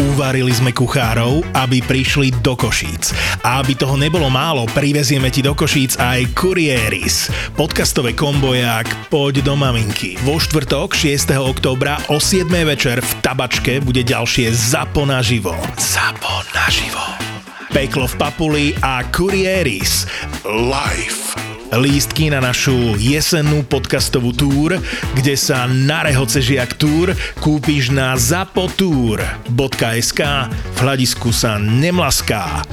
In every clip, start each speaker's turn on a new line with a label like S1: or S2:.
S1: Nahovárili sme kuchárov, aby prišli do Košíc. A aby toho nebolo málo, privezieme ti do Košíc aj Kurieris. Podcastové kombojak Poď do maminky. Vo štvrtok 6. októbra o 7. večer v Tabačke bude ďalšie Zapo naživo. Zapo naživo. Peklo v Papuli a Kurieris. Life. Lístky na našu jesennú podcastovú túr, kde sa na rehoce žiak túr kúpiš na zapotúr.sk v hľadisku sa nemlaská.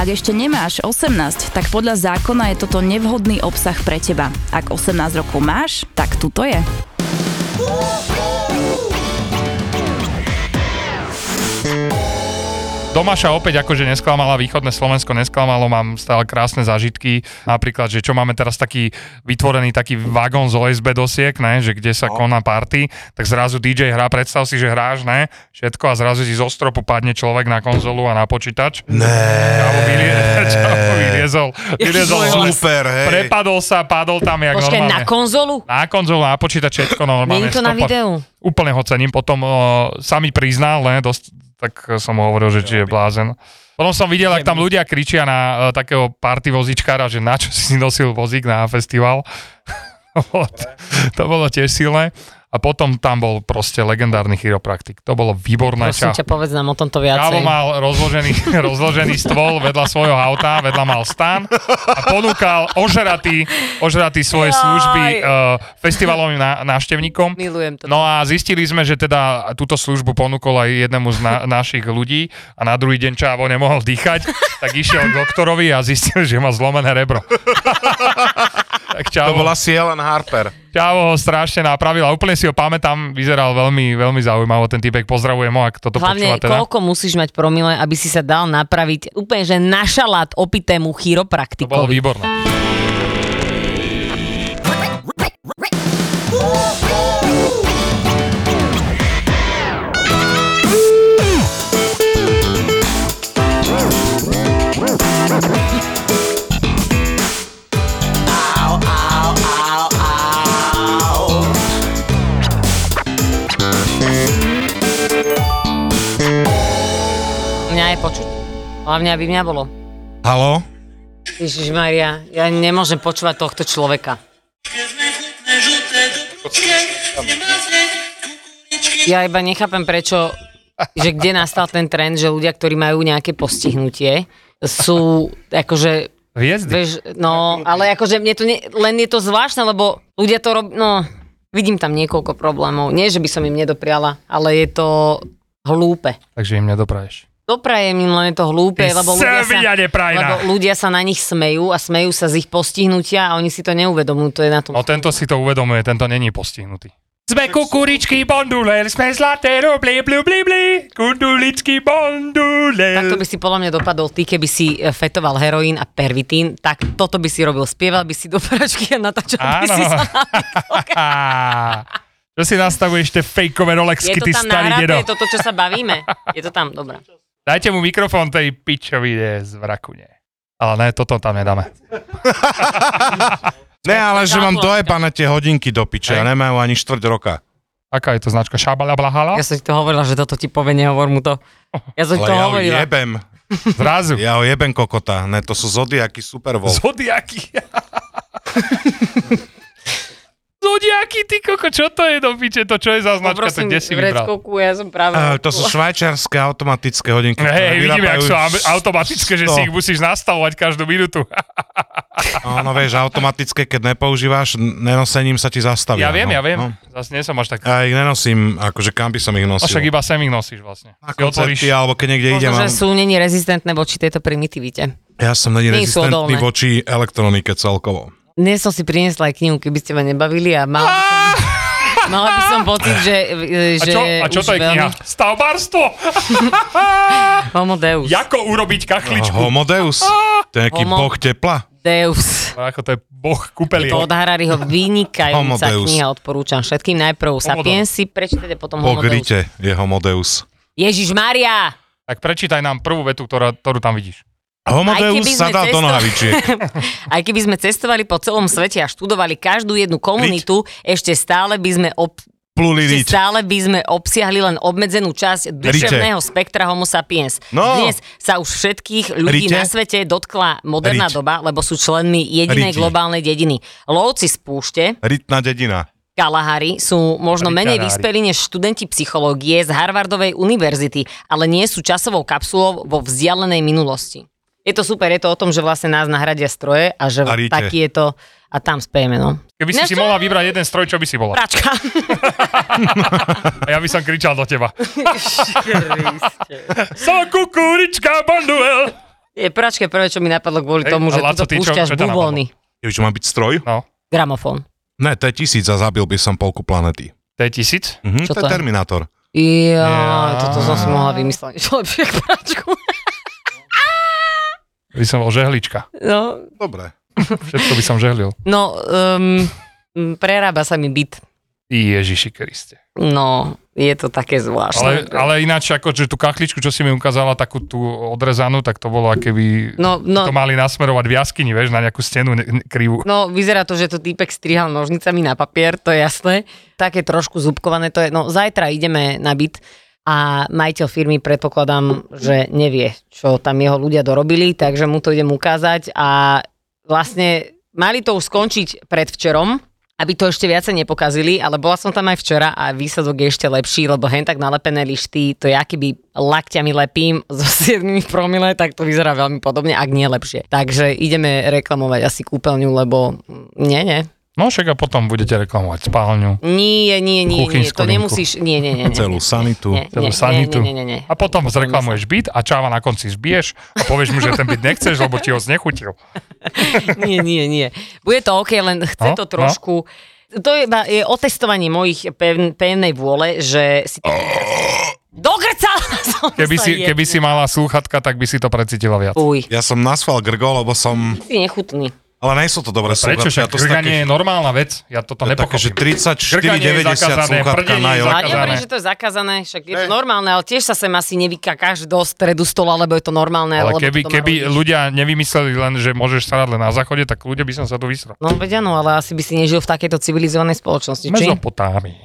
S2: Ak ešte nemáš 18, tak podľa zákona je toto nevhodný obsah pre teba. Ak 18 rokov máš, tak tuto je.
S3: Domaša opäť akože nesklamala, východné Slovensko nesklamalo, mám stále krásne zážitky, napríklad, že čo máme teraz taký vytvorený taký vagón z OSB dosiek, ne, že
S4: No.
S3: kde sa koná party, tak zrazu DJ hrá, predstav si, že hráš, ne, všetko a zrazu si zo stropu padne človek na konzolu a na počítač. Kámo, vylie- Kámo, vyliezol, vyliezol
S4: Ježiš,
S3: z-
S4: super, hej.
S3: Prepadol sa, padol tam jak
S4: Počkaj, na
S3: normálne.
S4: konzolu?
S3: Na konzolu, na počítač, všetko no, normálne.
S4: Není to na
S3: stopa-
S4: videu?
S3: Úplne ho cením, potom o, sa mi priznal, ne, dosť, tak som mu hovoril, že či je blázen. Potom som videl, ak tam ľudia kričia na e, takého party vozičkára, že na čo si nosil vozík na festival. To bolo- to bolo tiež silné. A potom tam bol proste legendárny chiropraktik. To bolo výborné
S4: Prosím ťa, povedz nám o tomto
S3: Kávo
S4: viacej.
S3: mal rozložený, rozložený stôl vedľa svojho auta, vedľa mal stan a ponúkal ožratý, ožratý svoje
S4: Jaj.
S3: služby uh, festivalovým ná, návštevníkom.
S4: Milujem to.
S3: No a zistili sme, že teda túto službu ponúkol aj jednému z na- našich ľudí a na druhý deň Čávo nemohol dýchať, tak išiel k doktorovi a zistil, že má zlomené rebro. tak
S5: To
S3: Čávo,
S5: bola si Helen Harper.
S3: Čávo ho strašne napravil a úplne si ho pamätám, vyzeral veľmi, veľmi zaujímavo ten typek, pozdravujem ho, ak toto
S4: Hlavne,
S3: počúva teda.
S4: koľko musíš mať promile, aby si sa dal napraviť úplne, že na šalát opitému
S3: To bolo
S4: chiropraktikovi.
S3: výborné.
S4: Mňa je počuť. Hlavne, aby mňa bolo.
S5: Halo?
S4: Ježišmaria, ja nemôžem počúvať tohto človeka. Ja iba nechápem, prečo, že kde nastal ten trend, že ľudia, ktorí majú nejaké postihnutie, sú akože,
S3: Hviezdy.
S4: vieš, no, ale akože mne to ne, len je to zvláštne, lebo ľudia to rob, no, vidím tam niekoľko problémov. Nie, že by som im nedopriala, ale je to hlúpe.
S3: Takže im nedopraješ.
S4: Doprajem im, len je to hlúpe,
S3: Ty
S4: lebo ľudia sa,
S3: svinia neprajná.
S4: lebo ľudia sa na nich smejú a smejú sa z ich postihnutia a oni si to neuvedomujú, to je na tom.
S3: No tento si to uvedomuje, tento není postihnutý. Sme kukuričky bonduler, sme zlaté rubli, blu, bli, bli, kunduličky
S4: Takto
S3: bonduler.
S4: by si podľa mňa dopadol ty, keby si e, fetoval heroín a pervitín, tak toto by si robil, spieval by si do pračky a natáčal by
S3: Áno.
S4: si sa na
S3: Čo si nastavuješ tie fejkové
S4: Je
S3: rolexky,
S4: to
S3: ty
S4: tam
S3: starý
S4: nahraté,
S3: dedo?
S4: je to to, čo sa bavíme? Je to tam, dobrá.
S3: Dajte mu mikrofón tej pičovine z vrakune. Ale ne, toto tam nedáme.
S5: Ne, ale že mám
S4: Záplavka.
S5: dojebané tie hodinky do piče a nemajú ani štvrť roka.
S3: Aká je to značka? Šabala blahala?
S4: Ja som ti to hovorila, že toto ti povie, nehovor mu to. Ja som ti
S5: Ale
S4: to
S5: ja ho
S4: hovorila.
S5: jebem.
S3: Zrazu.
S5: Ja ho jebem kokota. Ne, to sú Zodiaky Super Wolf.
S3: Zodiaky. Zodiaky, ty koko, čo to je do piče? To čo je za značka? to
S4: Poprosím,
S3: kde si vybral?
S4: vreckovku, ja som práve...
S5: Eh, to sú švajčiarske automatické hodinky. ktoré
S3: Hej, vidíme, ak
S5: vyrábajú no.
S3: sú am- automatické, že
S5: sto.
S3: si ich musíš nastavovať každú minútu.
S5: Áno, vieš, automatické, keď nepoužívaš, n- nenosením sa ti
S3: Ja
S5: zastavia.
S3: viem,
S5: no,
S3: ja viem.
S5: No.
S3: Zase nie som až tak...
S5: Ja ich nenosím, akože kam by som
S3: A
S5: ich nosil.
S3: však iba sem ich nosíš vlastne.
S5: na
S3: Si otvoríš...
S5: koncerty, alebo keď niekde idem.
S4: Možno, že
S5: a-
S4: sú není rezistentné voči tejto primitivite.
S5: Ja som není
S4: nie sú odolné.
S5: rezistentný voči elektronike celkovo.
S4: Dnes som si priniesla aj knihu, keby ste ma nebavili a mala by som, mala by som pocit, že,
S3: A
S4: že
S3: čo, a čo
S4: už
S3: to je
S4: veľmi-
S3: kniha? Stavbárstvo!
S4: Homo Deus.
S3: Ako urobiť kachličku?
S5: Homo Deus, to je nejaký
S4: Ah! Homo-
S5: boh tepla.
S4: Deus.
S3: Ako to je boh no. kúpelie.
S4: To od Harariho
S5: Homo
S4: vynikajúca
S5: Deus.
S4: kniha, odporúčam všetkým. Najprv Sapiens si prečítate, potom
S5: Boh
S4: Homo Deus.
S5: Rite je Homo Deus.
S4: Ježiš Maria!
S3: Tak prečítaj nám prvú vetu, ktorá, ktorú tam vidíš.
S5: Homo
S4: Aj
S5: Deus
S4: keby
S5: sa
S4: sme
S5: dal do
S4: cesto-
S5: nohavičiek.
S4: Aj keby sme cestovali po celom svete a študovali každú jednu komunitu, ešte stále by sme ob...
S5: upluli
S4: že
S5: niť.
S4: stále by sme obsiahli len obmedzenú časť duševného spektra homo sapiens.
S5: No.
S4: Dnes sa už všetkých ľudí
S5: Rite?
S4: na svete dotkla moderná
S5: Riť.
S4: doba, lebo sú členmi jedinej
S5: Rite.
S4: globálnej dediny. Lovci z púšte,
S5: Rytná dedina.
S4: Kalahari sú možno
S3: Kalahari.
S4: menej vyspelí než študenti psychológie z Harvardovej univerzity, ale nie sú časovou kapsulou vo vzdialenej minulosti. Je to super, je to o tom, že vlastne nás nahradia stroje a že
S5: A ríte.
S4: taký je to a tam spejeme, no.
S3: Keby si
S4: Ináč
S3: si
S4: to-
S3: mohla vybrať jeden stroj, čo by si bola?
S4: Pračka.
S3: A ja by som kričal do teba. Som kukurička, banduel!
S4: je pračka je prvé, čo mi napadlo kvôli
S3: Hej,
S4: tomu,
S3: a
S4: že tu
S3: Laco, ty čo-
S4: púšťaš
S3: čo ťa napadlo?
S4: bubóny.
S5: Už má byť stroj?
S3: No,
S4: Gramofón.
S5: Ne, to je tisíc a zabil by som polku planety.
S3: to je tisíc?
S5: Mhm,
S4: Čo to
S5: to, je
S4: je?
S5: Terminátor.
S4: Ja, toto som si mohla vymyslieť. Niečo lepšie ako pračku.
S3: By som bol žehlička.
S4: No,
S5: Dobre.
S3: Všetko by som žehlil.
S4: no um, prerába sa mi byt.
S3: Ježiši Kriste.
S4: No, je to také
S3: Ale,
S4: zvláštne.
S3: ale ináč, ako, že tú kachličku, čo si mi ukázala, takú tú odrezanú, tak to bolo, akéby no,
S4: No, no,
S3: to mali nasmerovať v jaskyni, vieš, na nejakú stenu ne- ne- krivú.
S4: No, vyzerá to, že to týpek strihal nožnicami na papier, to je jasné. Také trošku zúbkované to je. No, zajtra ideme na byt a majiteľ firmy predpokladám, že nevie, čo tam jeho ľudia dorobili, takže mu to idem ukázať a vlastne mali to už skončiť predvčerom, aby to ešte viacej nepokazili, ale bola som tam aj včera a výsledok je ešte lepší, lebo hen tak nalepené lišty, to ja keby lakťami lepím so 7 promile, tak to vyzerá veľmi podobne, ak nie lepšie. Takže ideme reklamovať asi kúpeľňu, lebo mm, nie, nie.
S3: No však a potom budete reklamovať spálňu,
S4: Nie, nie, nie, nie,
S3: Kuchynskú
S4: to
S3: linku.
S4: nemusíš, nie, nie, nie. nie.
S5: Celú sanitu.
S4: Nie,
S3: celú
S4: nie,
S3: sanitu.
S4: nie, nie, nie, nie.
S3: A potom zreklamuješ byt a čáva na konci zbiješ a povieš mu, že ten byt nechceš, lebo ti ho znechutil.
S4: nie, nie, nie. Bude to OK, len chce
S3: No,
S4: to
S3: no.
S4: trošku... To je, iba- je otestovanie mojich pevn, pevnej vôle, že si... Dogrcal som
S3: Oh. Keby
S4: sa
S3: si,
S4: jedne.
S3: keby si mala slúchatka, tak by si to precítila viac.
S4: Uj,
S5: Ja som nasval grgol, lebo som...
S4: ty nechutný.
S5: Ale nie sú to dobré
S3: Prečo
S5: slúchatka.
S3: však
S5: To sú
S3: grganie je
S5: také,
S3: normálna vec? Ja toto
S5: to je také, že
S3: nepochopím.
S5: 34,90
S3: zakázané,
S5: slúchatka
S3: prdenie
S5: na
S3: je
S5: jel.
S4: Ale
S3: zakázané.
S4: nehovorím, že to je zakázané, však je to normálne, ale tiež sa sem asi nevykakáš do stredu stola, lebo je to normálne.
S3: Ale
S4: lebo
S3: keby,
S4: to má
S3: keby
S4: rodič.
S3: ľudia nevymysleli len, že môžeš starať len na záchode, tak ľudia by som sa tu vysral.
S4: No veď áno, ale asi by si nežil v takejto civilizovanej spoločnosti, či?
S3: Mezopotámii.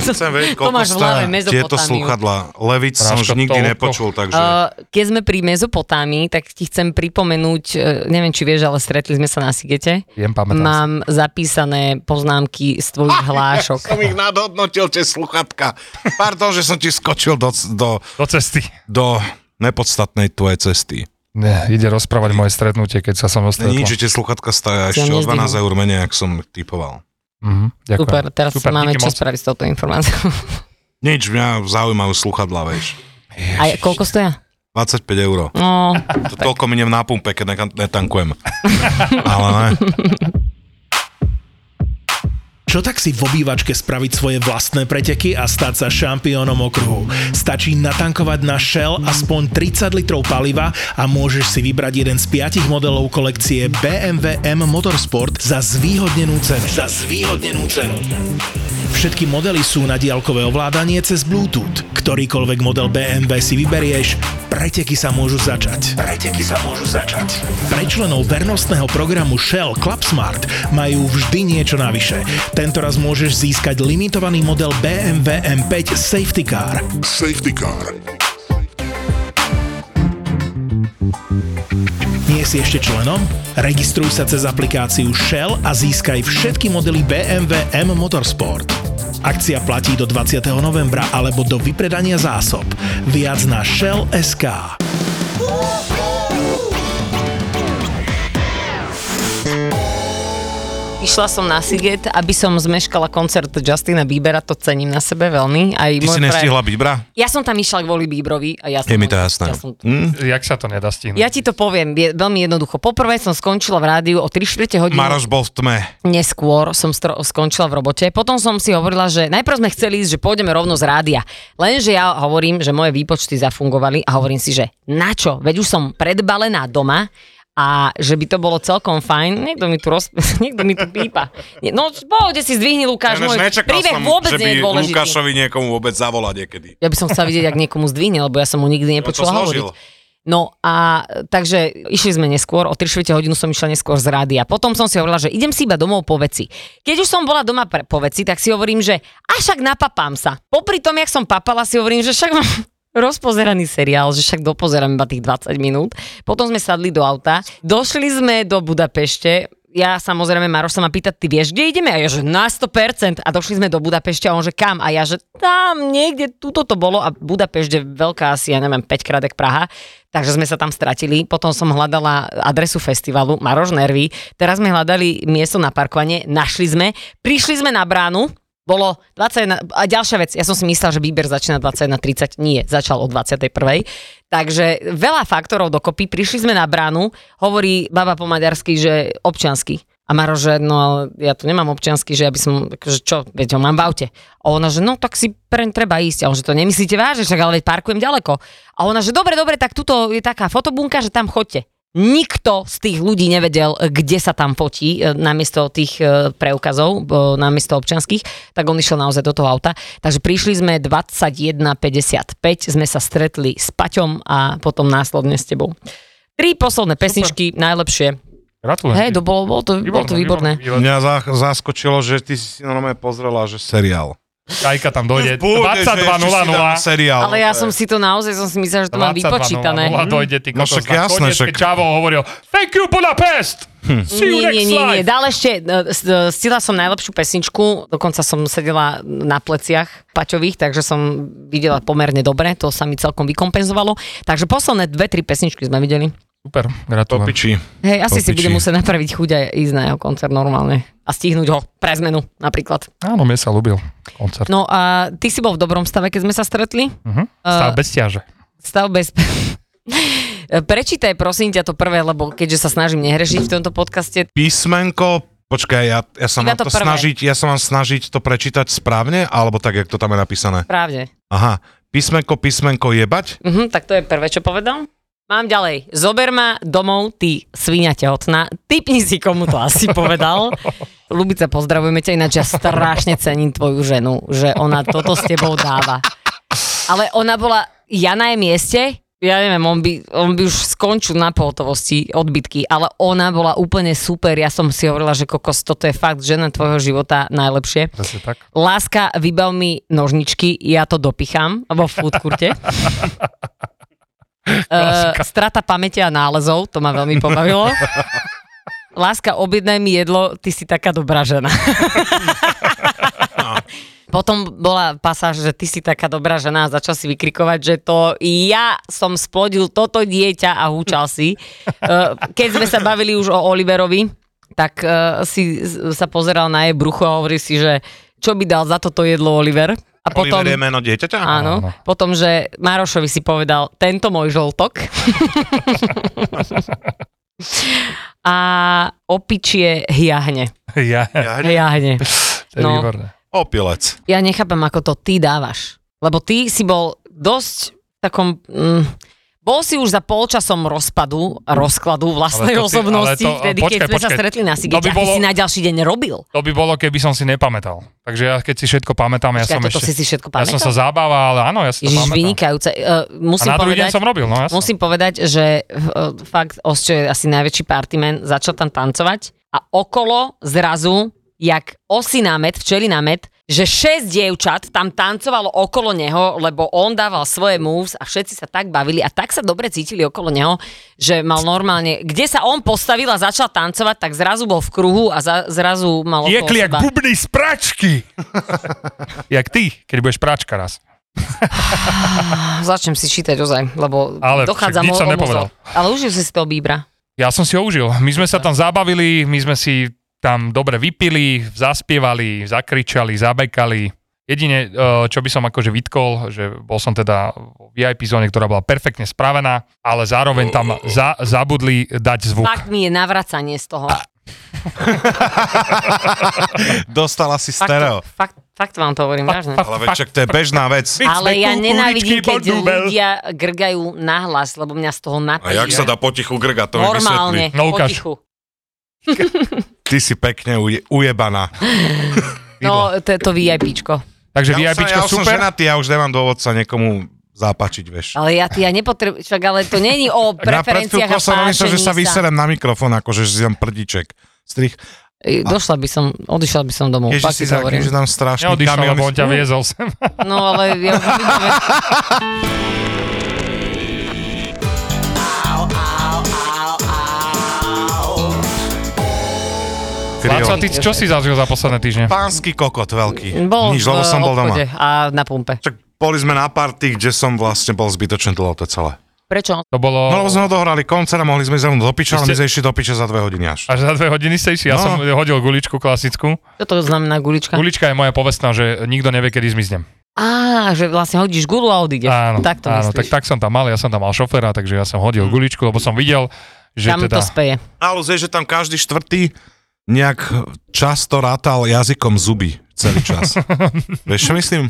S5: Chcem vedieť,
S4: To
S5: koľko
S4: máš v hlave,
S5: stále tieto
S4: Mezopotámiu.
S5: slúchadla. Levic som
S3: Práško,
S5: už nikdy
S3: toľko.
S5: nepočul, takže...
S4: Uh, keď sme pri Mezopotámii, tak ti chcem pripomenúť, uh, neviem či vieš, ale stretli sme sa na Sigete.
S3: Viem, pamätám.
S4: Mám zapísané poznámky z tvojich hlášok.
S5: Som ich nadhodnotil, tie sluchatka. Pardon, že som ti skočil do, do,
S3: Do cesty.
S5: do nepodstatnej tvojej cesty.
S3: Ne, ide rozprávať moje stretnutie, keď sa som
S5: To
S3: dostretol.
S5: Nič, že tie sluchatka
S4: Ja
S5: stája ešte o 12
S4: nezdvihnem.
S5: eur menej, ak som typoval.
S3: Mhm, ďakujem.
S4: Super, teraz Super, máme
S3: díky
S4: čo
S3: moc.
S4: spraviť s touto informáciou.
S5: Nič, mňa zaujímajú sluchadla, vieš.
S4: A je- koľko stoja?
S5: 25 eur.
S4: No,
S5: To toľko miniem na pumpe, keď nekan- netankujem. Ale ne.
S1: Čo tak si v obývačke spraviť svoje vlastné preteky a stať sa šampiónom okruhu? Stačí natankovať na Shell aspoň 30 litrov paliva a môžeš si vybrať jeden z piatich modelov kolekcie BMW M Motorsport za zvýhodnenú cenu. Za zvýhodnenú cenu. Všetky modely sú na diaľkové ovládanie cez Bluetooth. Ktorýkoľvek model BMW si vyberieš, preteky sa môžu začať. Preteky sa môžu začať. Pre členov vernostného programu Shell Club Smart majú vždy niečo navyše. Tentoraz môžeš získať limitovaný model BMW M5 Safety Car.
S6: Safety car.
S1: Nie si ešte členom? Registruj sa cez aplikáciu Shell a získaj všetky modely BMW M Motorsport. Akcia platí do 20. novembra alebo do vypredania zásob. Viac na Shell.sk.
S4: išla som na Siget, aby som zmeškala koncert Justina Biebera, to cením na sebe veľmi. Aj môj No.
S5: Ty si
S4: frajer-
S5: nestihla Bibra?
S4: Ja som tam išla kvôli Bíbrovi a ja som...
S5: Je mi to
S4: Ja
S5: jasné.
S4: som
S5: Hm?
S3: Jak sa to nedá stihnúť?
S4: Ja ti to poviem je, veľmi jednoducho. Poprvé som skončila v rádiu o 3 čtvrte hodiny.
S5: Maroš bol v tme.
S4: Neskôr som stro- skončila v robote. Potom som si hovorila, že najprv sme chceli ísť, že pôjdeme rovno z rádia. Lenže ja hovorím, že moje výpočty zafungovali a hovorím si, že na čo? Veď už som predbalená doma a že by to bolo celkom fajn. Niekto mi tu, roz... Niekto mi tu pípa. Nie- No, v pohode si zdvihni, Lukáš, môj príbeh vôbec
S5: že by
S4: nie je dôležitý.
S5: Lukášovi niekomu vôbec zavolať niekedy.
S4: Ja by som chcela vidieť, ak niekomu zdvihne, lebo ja som mu nikdy
S5: No, to
S4: nepočula hovoriť.
S5: zložil.
S4: No a e, takže išli sme neskôr, o 3 čtvrte hodinu som išla neskôr z rádia. Potom som si hovorila, že idem si iba domov po veci. Keď už som bola doma pre, po veci, tak si hovorím, že a však napapám sa. Popri tom, jak som papala, si hovorím, že však mám rozpozeraný seriál, že však dopozerám iba tých 20 minút. Potom sme sadli do auta, došli sme do Budapešte, ja samozrejme, Maroš sa ma pýta, ty vieš, kde ideme? A ja, že na 100%. A došli sme do Budapešťa a on, že kam? A ja, že tam niekde, tuto to bolo a Budapešť je veľká asi, ja neviem, 5 krát jak Praha. Takže sme sa tam stratili. Potom som hľadala adresu festivalu Maroš Nervy. Teraz sme hľadali miesto na parkovanie, našli sme, prišli sme na bránu, bolo 21, a ďalšia vec, ja som si myslela, že výber začína 21.30, nie, začal o 21. Takže veľa faktorov dokopy, prišli sme na bránu, hovorí baba po maďarsky, že občiansky. A Maro, že no ale ja tu nemám občiansky, že ja by som, že čo, veď ho mám v aute. A ona, že no tak si preň treba ísť. A on, že to nemyslíte vážne, však ale veď parkujem ďaleko. A ona, že dobre, dobre, tak tuto je taká fotobunka, že tam chodte. Nikto z tých ľudí nevedel, kde sa tam fotí e, namiesto tých e, preukazov, e, namiesto občanských, tak on išiel naozaj do toho auta. Takže prišli sme 21.55, sme sa stretli s Paťom a potom následne s tebou. Tri posledné pesničky, najlepšie.
S3: Gratulujem.
S4: Hej, to bolo, bolo to, bolo to výborné.
S5: Mňa zá- zaskočilo, že ty si si normálne pozrela, že seriál.
S3: Kajka tam dojde.
S5: Bude, No že či si dám
S3: 22.00.
S5: seriál.
S4: Ale ja som si to naozaj, som si myslela, že to mám
S3: 22.00
S4: vypočítané.
S3: dojde, ty
S5: No
S3: kokos.
S5: však jasné,
S3: Nakoniec, keď
S5: však- Hm.
S3: Čavo hovoril, thank you Budapest! See you
S4: Nie,
S3: next
S4: nie, nie, nie.
S3: life!
S4: Dále ešte, e, s- e, stihla som najlepšiu pesničku, dokonca som sedela na pleciach Paťových, takže som videla pomerne dobre, to sa mi celkom vykompenzovalo. Takže posledné dve, tri pesničky sme videli.
S3: Super, gratulujem.
S5: Popiči.
S4: Hej, asi si
S5: Popiči.
S4: budem musieť napraviť chuť a ísť na jeho koncert normálne. A stihnúť ho pre zmenu napríklad.
S3: Áno, mne sa ľúbil koncert.
S4: No a ty si bol v dobrom stave, keď sme sa stretli? E,
S3: Mhm. Stav bez ťaže.
S4: Stav bez... E, Prečítaj prosím ťa to prvé, lebo keďže sa snažím nehrešiť v tomto podcaste,
S5: Písmenko, počkaj, ja, ja sa
S4: Iba
S5: mám
S4: to
S5: to,
S4: prvé.
S5: snažiť, ja sa mám snažiť to prečítať správne, alebo tak, jak to tam je napísané.
S4: právne.
S5: Aha, písmenko, písmenko jebať?
S4: Mhm, tak to je prvé, čo povedal. Mám ďalej. Zober ma domov, ty svinia tehotná. Typni si, komu to asi povedal. Lubica, pozdravujeme ťa, ináč ja strašne cením tvoju ženu, že ona toto s tebou dáva. Ale ona bola, ja na jej mieste, ja neviem, on by, on by už skončil na pohotovosti odbytky, ale ona bola úplne super. Ja som si hovorila, že kokos, toto je fakt žena tvojho života najlepšie.
S3: Presne tak.
S4: Láska, vybav mi nožničky, ja to dopichám vo foodkurte. Uh, strata pamäte a nálezov, to ma veľmi pobavilo. Láska, objednaj mi jedlo, ty si taká dobrá žena. Potom bola pasáž, že ty si taká dobrá žena a začal si vykrikovať, že to ja som splodil toto dieťa a húčal si. Eh, Keď sme sa bavili už o Oliverovi, tak eh, si z- sa pozeral na jej brucho a hovorí si, že čo by dal za toto jedlo Oliver. A potom,
S5: Oliver je meno dieťaťa?
S4: áno,
S3: Áno.
S4: potom, že Marošovi si povedal, tento môj žoltok. a opičie hiahne.
S3: Ja,
S5: Ja,
S4: Hiahne.
S3: to je
S4: No.
S3: výborné.
S5: opilec.
S4: Ja nechápem, ako to ty dávaš. Lebo ty si bol dosť v takom... Mm, bol si už za polčasom rozpadu, a rozkladu vlastnej
S3: Ale to si-
S4: osobnosti,
S3: ale to-
S4: vtedy, keď
S3: počkaj,
S4: sme sa
S3: počkaj.
S4: stretli na
S3: To by
S4: Sigete. Bolo...
S3: bolo-
S4: si na ďalší deň robil.
S3: To by bolo, keby som si nepamätal. Takže ja keď si všetko pamätám, ja
S4: Počkaj,
S3: som
S4: toto si
S3: ešte...
S4: si všetko
S3: Ja som
S4: pamätal?
S3: sa zabával, ale áno, ja si to
S4: Ježiš,
S3: pamätám.
S4: vynikajúce. Uh,
S3: A
S4: musím
S3: na druhý deň
S4: povedať...
S3: som robil, no jasne.
S4: Musím povedať, že uh, fakt Osčo je asi najväčší partyman, začal tam tancovať a okolo zrazu, jak osy námet, včeli námet, že 6 dievčat tam tancovalo okolo neho, lebo on dával svoje moves a všetci sa tak bavili a tak sa dobre cítili okolo neho, že mal normálne, kde sa on postavil a začal tancovať, tak zrazu bol v kruhu a za, zrazu mal okolo
S3: Jekli jak
S4: seba.
S3: bubny z pračky. jak ty, keď budeš pračka raz.
S4: Ah, Začnem si čítať ozaj, lebo
S3: Ale
S4: dochádza
S3: však nič
S4: mo-
S3: som
S4: o mozol.
S3: nepovedal.
S4: Ale užil si si to Bíbra.
S3: Ja som si ho užil. My sme sa tam zabavili, my sme si tam dobre vypili, zaspievali, zakričali, zabekali. Jedine, e, čo by som akože vytkol, že bol som teda v VIP zóne, ktorá bola perfektne spravená, ale zároveň tam za, zabudli dať zvuk.
S4: Fakt mi je navracanie z toho.
S5: Dostala si
S4: Fakt,
S5: stereo.
S4: fakt, fakt vám to hovorím, vážne.
S3: fakt,
S5: Ale veď čak to je bežná vec.
S4: Ale ja
S3: Sme kukuričky,
S4: nenávidím, keď
S3: podúbel.
S4: ľudia grgajú nahlas, lebo mňa z toho
S5: A
S4: napadí.
S5: jak sa dá potichu grga, to mi
S4: Normálne,
S5: vysvetli.
S3: No, ukáž.
S4: potichu.
S5: Ty si pekne uje, ujebaná.
S4: No, to je to VIPčko.
S3: Takže
S5: Ja už som,
S3: VIPčko
S5: ja už som
S3: super.
S5: ženatý, ja už nemám dôvod sa niekomu zápačiť, vieš.
S4: Ale ja, ty, ja nepotrebujem, však ale to není o preferenciách a
S5: som
S4: páčení sa.
S5: myslel, že sa vyserem na mikrofón, akože že si tam prdíček. Strich.
S4: E, Došla by som, odišla by som domov,
S5: Ježiš,
S4: fakt
S5: si
S4: ti
S5: za,
S4: No, hovorím.
S5: keďže tam strašný
S3: Neodišiel,
S5: kamion.
S3: lebo on ťa viezol sem.
S4: No ale ja už vidím, že-
S5: Kryo.
S3: Laco, ty čo si zažil za posledné týždne?
S5: Pánsky kokot veľký.
S4: bol
S5: Nič,
S4: v eh,
S5: lebo som bol
S4: obchode
S5: doma.
S4: a na pumpe.
S5: Čak boli sme na party, kde som vlastne bol zbytočne dlho to celé.
S4: Prečo?
S3: To bolo...
S5: No lebo sme odohrali koncert a mohli sme ísť do piča, ale
S3: Ste-
S5: my sme išli do piča za dve hodiny až.
S3: Až za dve hodiny ste išli, ja
S5: No.
S3: som hodil guličku klasickú.
S4: Čo to znamená gulička?
S3: Gulička je moja povestná, že nikto nevie, kedy zmiznem.
S4: Á, že vlastne hodíš gulu a odídeš.
S3: Áno,
S4: tak to
S3: áno tak,
S4: myslíš.
S3: tak som tam mal, ja som tam mal šoféra, takže ja som hodil
S5: Mm.
S3: guličku, lebo som videl, že
S4: Tam
S3: teda...
S4: to speje.
S5: Ale je, že tam každý štvrtý nejak často rátal jazykom zuby celý čas. Vieš, čo myslím?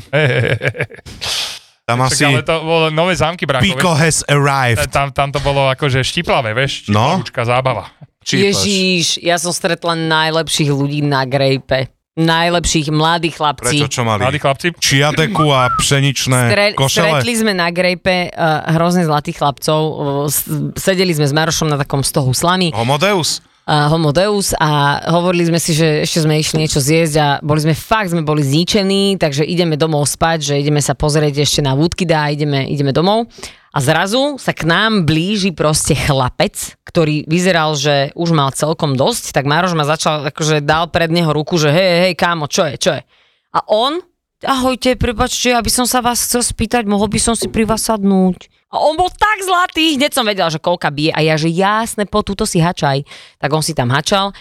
S5: Tam
S3: Však
S5: asi
S3: ale to bolo nové zámky
S5: Pico
S3: brakové.
S5: has arrived.
S3: Tam, tam to bolo akože štiplavé, vieš,
S5: No.
S3: štiplavučka, zábava.
S5: Čípaš.
S4: Ježíš, ja som stretla najlepších ľudí na grejpe. Najlepších mladých chlapcí.
S5: Prečo, čo
S3: Mladí
S5: mali?
S3: chlapci,
S5: Čiadeku a pšeničné
S4: Stre-
S5: košele.
S4: Stretli sme na grejpe uh, hrozne zlatých chlapcov. Uh, s- sedeli sme s Marošom na takom stohu slamy.
S5: Homodeus.
S4: a Homo Deus a hovorili sme si, že ešte sme išli niečo zjesť a boli sme fakt, sme boli zničení, takže ideme domov spať, že ideme sa pozrieť ešte na Woodkida a ideme, ideme domov. A zrazu sa k nám blíži proste chlapec, ktorý vyzeral, že už mal celkom dosť, tak Maroš ma začal, akože dal pred neho ruku, že hej, hej, kámo, čo je, čo je. A on, ahojte, prepačte, aby som sa vás chcel spýtať, mohol by som si pri vás sadnúť. A on bol tak zlatý, hneď som vedela, že koľka bije a ja, že jasné, po túto si hačaj. Tak on si tam hačal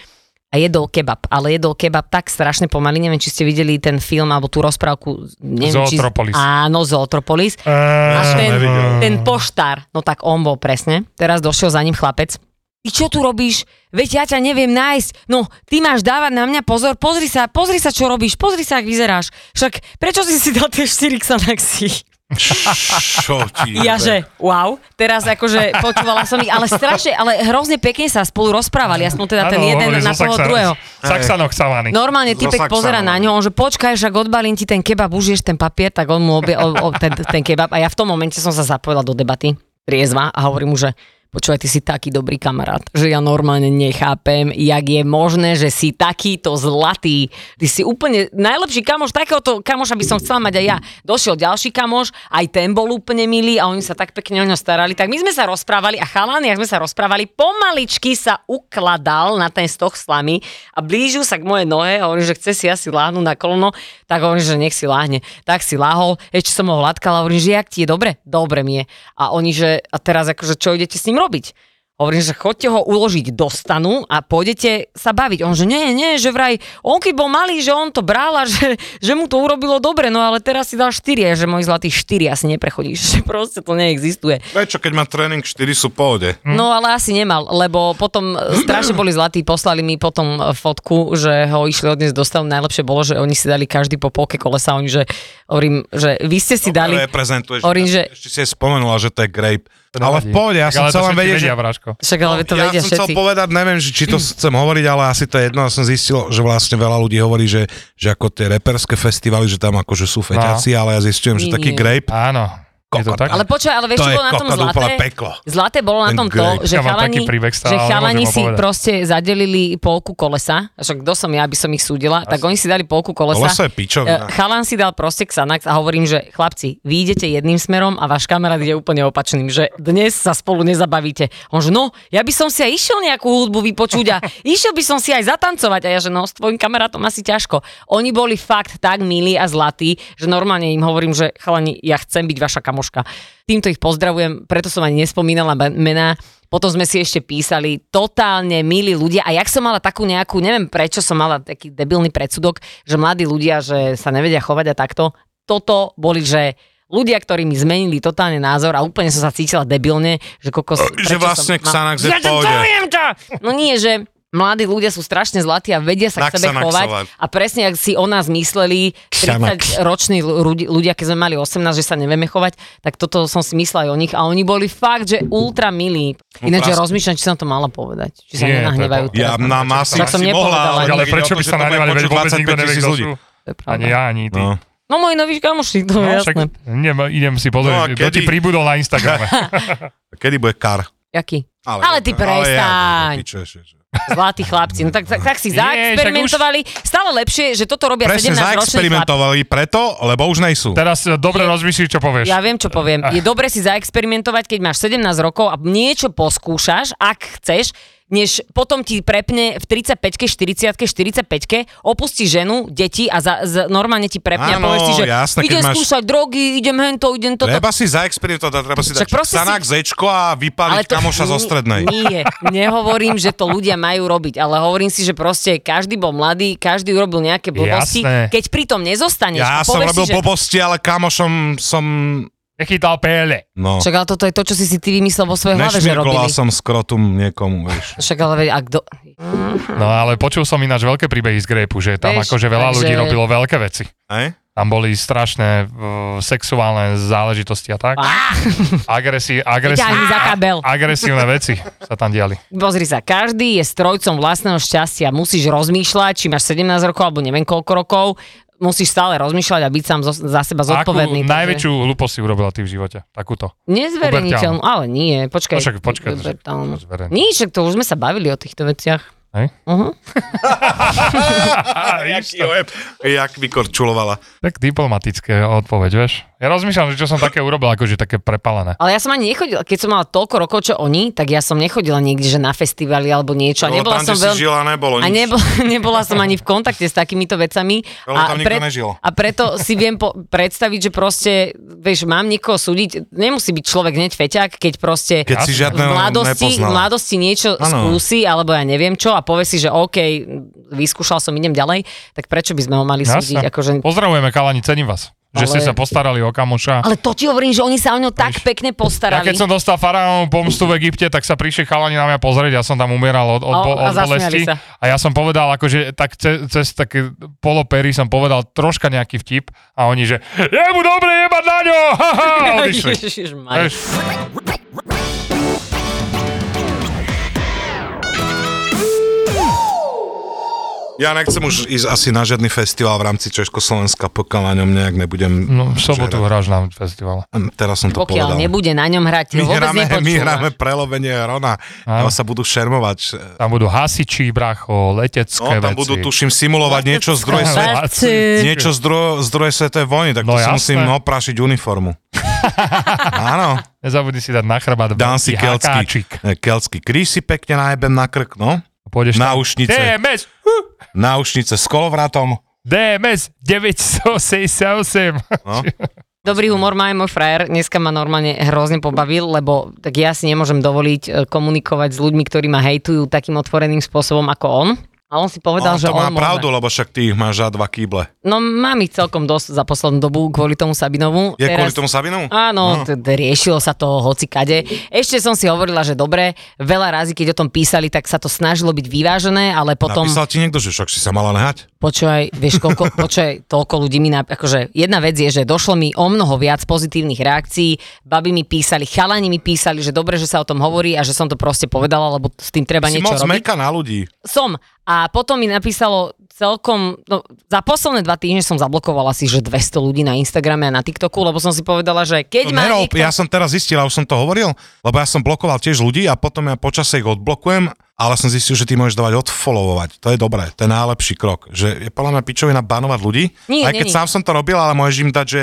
S4: a jedol kebab, ale jedol kebab tak strašne pomaly, neviem, či ste videli ten film alebo tú rozprávku. Neviem,
S3: Zootropolis.
S4: Či... Áno, Zootropolis. A ten, ten poštár, no tak on bol presne. Teraz došiel za ním chlapec. Ty čo tu robíš? Veď ja ťa neviem nájsť. No, ty máš dávať na mňa pozor. Pozri sa, pozri sa, čo robíš. Pozri sa, ak vyzeráš. Však prečo si si dal tie 4 Xanaxy?
S5: Čo ti
S4: Ja že, wow. Teraz akože počúvala som ich, ale strašne, ale hrozne pekne sa spolu rozprávali. Aspoň teda ten
S3: Áno,
S4: jeden
S3: hovorí
S4: na
S3: so
S4: toho
S3: Saxan-
S4: druhého. No.
S3: Saxanok Savany.
S4: Normálne
S5: So
S4: typek
S5: Saxanom.
S4: pozera na ňo, on že počkaj, však odbalím ti ten kebab, už ješ ten papier, tak on mu obie, o, o, ten, ten kebab a ja v tom momente som sa zapojila do debaty, triezva a hovorím mu, že počúvaj, ty si taký dobrý kamarát, že ja normálne nechápem, jak je možné, že si takýto zlatý, ty si úplne najlepší kamoš, takéhoto kamoša by som chcela mať aj ja. Došiel ďalší kamoš, aj ten bol úplne milý a oni sa tak pekne o ňo starali, tak my sme sa rozprávali a chaláni, ak sme sa rozprávali, pomaličky sa ukladal na ten stoch slamy a blížil sa k mojej nohe a hovorím, že chce si asi láhnuť na kolno, tak hovorím, že nech si láhne. Tak si láhol, ešte som ho hladkala, hovorím, že jak ti je dobre? Dobre mi je. A oni, že a teraz akože čo idete s ním robiť? Hovorím, že chodte ho uložiť do stanu a pôjdete sa baviť. On, že nie, nie, že vraj, on keď bol malý, že on to bral a že, že mu to urobilo dobre, no ale teraz si dal 4, že môj zlatý 4 asi neprechodíš, že proste to neexistuje.
S5: Prečo, keď má tréning 4 sú v pohode?
S4: No ale asi nemal, lebo potom e, strašne boli zlatí, poslali mi potom e, fotku, že ho išli odnes do stavu. Najlepšie bolo, že oni si dali každý po polke kolesa, oni, že, hovorím, že vy ste si
S5: No,
S4: dali...
S5: Reprezentuješ.
S4: Hovorím, že-
S5: Ešte si aj spomenula, že to je grape.
S3: To
S5: No, Ale v
S3: nevadí.
S5: pohode,
S3: Tak
S5: ja som
S3: ale to
S5: chcel len
S3: všetci
S5: vedieť, že...
S3: vedia, Braško.
S4: Však ale to
S5: No, ja
S4: vedia
S5: som chcel
S4: všetci.
S5: povedať, neviem, že či to chcem hovoriť, ale asi to je jedno. Ja som zistil, že vlastne veľa ľudí hovorí, že, že ako tie reperské festivaly, že tam akože sú feťaci, ale ja zistujem, že
S4: Nie,
S5: taký
S4: nie.
S5: grape,
S3: Áno. Je to
S5: Kokot.
S3: tak?
S4: Ale počkaj, ale vieš,
S5: to
S4: čo
S5: je
S4: bolo na tom
S5: kokot úplne
S4: zlaté?
S5: peklo.
S4: Zlaté bolo na
S5: Ten
S4: tom to,
S5: Greg.
S4: že
S3: Ja mám
S4: chalani,
S3: taký príbeh stále,
S4: že
S3: ale
S4: chalani
S3: nemôžem ho
S4: si
S3: povedať.
S4: proste zadelili polku kolesa, a však kto som ja, aby som ich súdila, tak oni si dali polku kolesa.
S5: Koleso je pičovina.
S4: E, Chalan si dal proste Xanax a hovorím, že chlapci, vy idete jedným smerom a váš kamarát ide úplne opačným, že dnes sa spolu nezabavíte. On že no, ja by som si aj išiel nejakú hudbu vypočuť a išiel by som si aj zatancovať a ja že no, s tvojim kamarátom asi ťažko. Oni boli fakt tak milí a zlatí, že normálne im hovorím, že chalani, ja chcem byť vaša kamoška. Týmto ich pozdravujem, preto som ani nespomínala ba- mená. Potom sme si ešte písali, totálne milí ľudia. A jak som mala takú nejakú, neviem prečo som mala taký debilný predsudok, že mladí ľudia, že sa nevedia chovať a takto. Toto boli, že ľudia, ktorí mi zmenili totálne názor a úplne som sa cítila debilne, že kokos...
S5: Že
S4: prečo
S5: vlastne
S4: som mal-
S5: Xanax je
S4: Ja
S5: v pohode.
S4: No nie, že mladí ľudia sú strašne zlatí a vedia sa k sebe
S5: Naxanaxovať.
S4: chovať. A presne, ak si o nás mysleli
S5: Xanax.
S4: 30-roční ľudia, ľudia, keď sme mali 18, že sa nevieme chovať, tak toto som si myslela aj o nich. A oni boli fakt, že ultra milí. Ináč, ja
S5: Ultra-
S4: rozmýšľam, či som to mala povedať. Či sa
S3: No Nie, to je
S4: nenahnevajú.
S3: po-
S5: Ja
S4: teraz.
S5: na masy
S4: Tak som
S5: si
S4: nepovedala nič.
S5: mohla,
S3: Ale
S5: keď
S3: prečo
S5: o tom,
S3: by
S5: že
S3: sa
S5: to bude
S3: nadevali, veď
S5: počuť
S3: vôbec nikto
S5: 25
S3: nevie,
S5: tisíc
S3: kto
S5: ľudí.
S3: sú.
S4: To je pravda.
S3: Ani ja, ani ty.
S5: No.
S4: No môj nový kamoši, to je
S3: No, však
S4: jasné.
S3: idem, idem si
S5: No a
S3: pozrieť, no, kto ti
S5: kedy?
S3: pribudol na Instagrame.
S5: Kedy bude kar?
S4: Jaký? Ale
S3: no,
S4: ty prestaň. Zlatí chlapci. No tak, tak, tak si
S3: Nie, však
S4: zaexperimentovali. Stále lepšie, že toto robia 17
S5: Presne
S4: roční chlapci.
S5: zaexperimentovali preto, lebo už nejsú.
S3: Teraz e, dobre
S4: Je-
S3: rozmyslíš, čo povieš.
S4: Ja viem, čo poviem.
S5: Ah.
S4: Je dobre si zaexperimentovať, keď máš 17 rokov a niečo poskúšaš, ak chceš, než potom ti prepne v 35-ke, 40-ke, 45-ke, opustí ženu, deti a za, z, normálne ti prepne a
S5: Áno,
S4: povieš si, že
S5: jasné, keď
S4: idem
S5: máš-
S4: skúšať drogy, idem hento, idem toto.
S5: Treba si zaexperimentovať, teda treba si dať
S4: Však proste si-
S5: Xanax, Zečko a vypáliť kamoša zo strednej.
S4: Nie, nehovorím, že to ľudia majú robiť, ale hovorím si, že proste každý bol mladý, každý urobil nejaké blbosti.
S3: Jasné.
S4: Keď pritom nezostaneš a
S5: Ja som
S4: povieš
S5: robil
S4: si, že...
S5: blbosti, ale kamošom som...
S3: Nechytal pele.
S5: No,
S4: Však ale toto je to, čo si si ty vymyslel vo svojej hlave, že
S5: nešmirkoval
S4: robili.
S5: som skrotum niekomu, vieš.
S4: Však ale veď, a kto...
S3: No ale počul som ináč veľké príbehy z Grapu, že tam
S4: Vieš,
S3: akože veľa
S4: takže-
S3: ľudí robilo veľké veci.
S5: Hej?
S3: Tam boli strašné uh, sexuálne záležitosti a tak.
S4: Á,
S3: Agresi,
S4: Ťahni
S3: agresívne,
S4: Ah! za kabel.
S3: agresívne veci sa tam diali.
S4: Pozri sa, každý je strojcom vlastného šťastia. Musíš rozmýšľať, či máš 17 rokov alebo neviem koľko rokov. Musíš stále rozmýšľať a byť sám zo, za seba zodpovedný.
S3: Akú najväčšiu hlúposť si urobila ty v živote? Takúto.
S4: Nezverejniteľnú, ale nie. Počkaj.
S3: No však počkaj, to-
S4: Pubertálnu.
S3: to zverejní.
S4: Nie, však to už sme sa bavili o týchto veciach.
S3: Hej?
S4: Uh-huh.
S3: Á, vidíš to?
S5: Jak vykorčulovala.
S3: tak diplomatické odpoveď, vieš. Ja rozmýšľam, že čo som také urobil, akože také prepalené.
S4: Ale ja som ani nechodila, keď som mala toľko rokov, čo oni, tak ja som nechodila niekde, že na festivaly alebo niečo. A
S5: Bolo
S4: nebola
S5: tam,
S4: som
S5: kde si
S4: veľmi...
S5: žila, nebolo nič.
S4: A nebol, nebola som ani v kontakte s takýmito vecami.
S5: Veľa tam nikto nežil.
S4: a preto si viem po, predstaviť, že proste, vieš, mám niekoho súdiť, nemusí byť človek hneď feťák, keď proste
S5: Keď si
S4: v
S5: žiadneho
S4: mladosti, v
S5: nepoznala.
S4: mladosti niečo
S5: Áno.
S4: skúsi, alebo ja neviem čo, a povie si, že OK, vyskúšal som, idem ďalej, tak prečo by sme ho mali súdiť?
S3: Jasné.
S4: Akože,
S3: Pozdravujeme, kalani, cením vás, že ste
S4: Ale-
S3: sa postarali o kamoša.
S4: ale to ti hovorím, že oni sa o ňo tak pekne
S3: Ja
S4: postarali.
S3: keď som dostal faraónovú pomstu v Egypte, tak sa prišli chalani na mňa pozrieť, ja som tam umieral od, od,
S4: A-
S3: bo-
S4: a
S3: od
S4: zasmiali
S3: bolesti.
S4: sa.
S3: A ja som povedal, akože tak cez, cez také polopery som povedal troška nejaký vtip a oni, že je mu dobre jebať na ňo! Ha, ha, a odišli.
S4: Ježišmar.
S3: Vieš,
S5: Ja nechcem už ísť asi na žiadny festival v rámci Československa, pokiaľ na ňom nejak nebudem... Hm,
S3: no, v sobotu hráš na festivale.
S5: Teraz som to
S4: Pokiaľ
S5: povedal.
S4: nebude na ňom hrať,
S5: my,
S4: vôbec
S5: hráme, my
S4: nepočúvaš.
S5: hráme prelovenie Rona.
S3: Áno.
S5: Tam sa budú šermovať.
S3: Tam budú hasiči, bracho,
S5: No,
S3: letecké
S5: tam
S3: veci.
S5: budú, tuším, simulovať
S4: Vlastne
S5: niečo z druhej, svet,
S4: Chlapci.
S5: niečo z dru- z druhej svetovej vojny, tak
S3: No
S5: to si
S3: jasné.
S5: musím oprášiť uniformu. Áno,
S3: Nezabudni si dať na chrbát
S5: dám si
S3: veľký
S5: keltský,
S3: hákáčik.
S5: ne, keltský kríž si pekne najebem na krk, no.
S3: Pôjdeš tam.
S5: Náušnice,
S3: DMS,
S5: náušnice s kolovratom.
S3: DMS 968.
S5: No.
S4: Dobrý humor má aj môj frajer. Dneska ma normálne hrozne pobavil, lebo tak ja si nemôžem dovoliť e, komunikovať s ľuďmi, ktorí ma hejtujú takým otvoreným spôsobom ako on. A on si povedal,
S5: On
S4: že
S5: to má
S4: on
S5: pravdu,
S4: Môže.
S5: lebo však ty ich máš za dva kýble.
S4: No mám ich celkom dosť za poslednú dobu kvôli tomu Sabinovu.
S5: Je kvôli tomu No. Sabinovu?
S4: Áno, t- t- riešilo sa to hoci kade. Ešte som si hovorila, že dobre, veľa razy, keď o tom písali, tak sa to snažilo byť vyvážené, ale potom...
S5: Napísal ti niekto, že však si sa mala nehať?
S4: Počúvaj, vieš, koľko, počúvaj, toľko ľudí mi, na, akože jedna vec je, že došlo mi o mnoho viac pozitívnych reakcií, baby mi písali, chalani mi písali, že dobre, že sa o tom hovorí a že som to proste povedala, lebo s tým treba
S5: Si
S4: niečo
S5: moc
S4: robiť.
S5: meka na ľudí.
S4: Som. A potom mi napísalo celkom, no, za posledné dva týždne som zablokovala si, že 200 ľudí na Instagrame a na TikToku, lebo som si povedala, že keď
S5: To
S4: má
S5: nerob,
S4: niekto...
S5: ja som teraz zistil, a už som to hovoril, lebo ja som blokoval tiež ľudí a potom ja počasie ich odblokujem, ale som zistil, že ty môžeš dávať odfollowovať. To je dobré, to je najlepší krok. Že je podľa mňa pičovina banovať ľudí,
S4: Nie,
S5: aj
S4: nie,
S5: keď
S4: nie.
S5: sám som to robil, ale môžeš im dať, že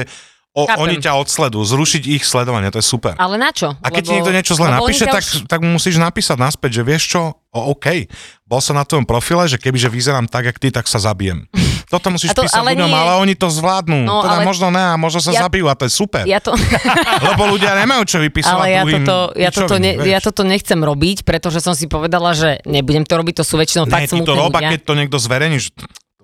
S5: o,
S4: Chápem.
S5: oni ťa odsledujú, zrušiť ich sledovanie, to je super.
S4: Ale na čo?
S5: A keď ti niekto niečo zle
S4: lebo oni
S5: napíše,
S4: ťa
S5: tak,
S4: už-
S5: tak mu musíš napísať naspäť, že vieš čo, o, OK, bol som na tvojom profile, že kebyže vyzerám tak, jak ty, tak sa zabijem. Toto
S4: A
S5: musíš
S4: to-
S5: písať
S4: ale
S5: ľuďom,
S4: nie.
S5: ale oni to zvládnu.
S4: No, ale-
S5: teda možno ne, a možno sa
S4: Ja-
S5: zabijú a to je super.
S4: Ja to...
S5: Lebo ľudia nemajú čo vypísať
S4: Ale ja
S5: druhým
S4: toto, ja, toto
S5: pičoviny,
S4: ne,
S5: vieš.
S4: ja toto nechcem robiť, pretože som si povedala, že nebudem to robiť, to sú väčšinou
S5: ne,
S4: fakt
S5: ty
S4: smutné
S5: to rob, a
S4: ľudia.
S5: keď to niekto zverejní, že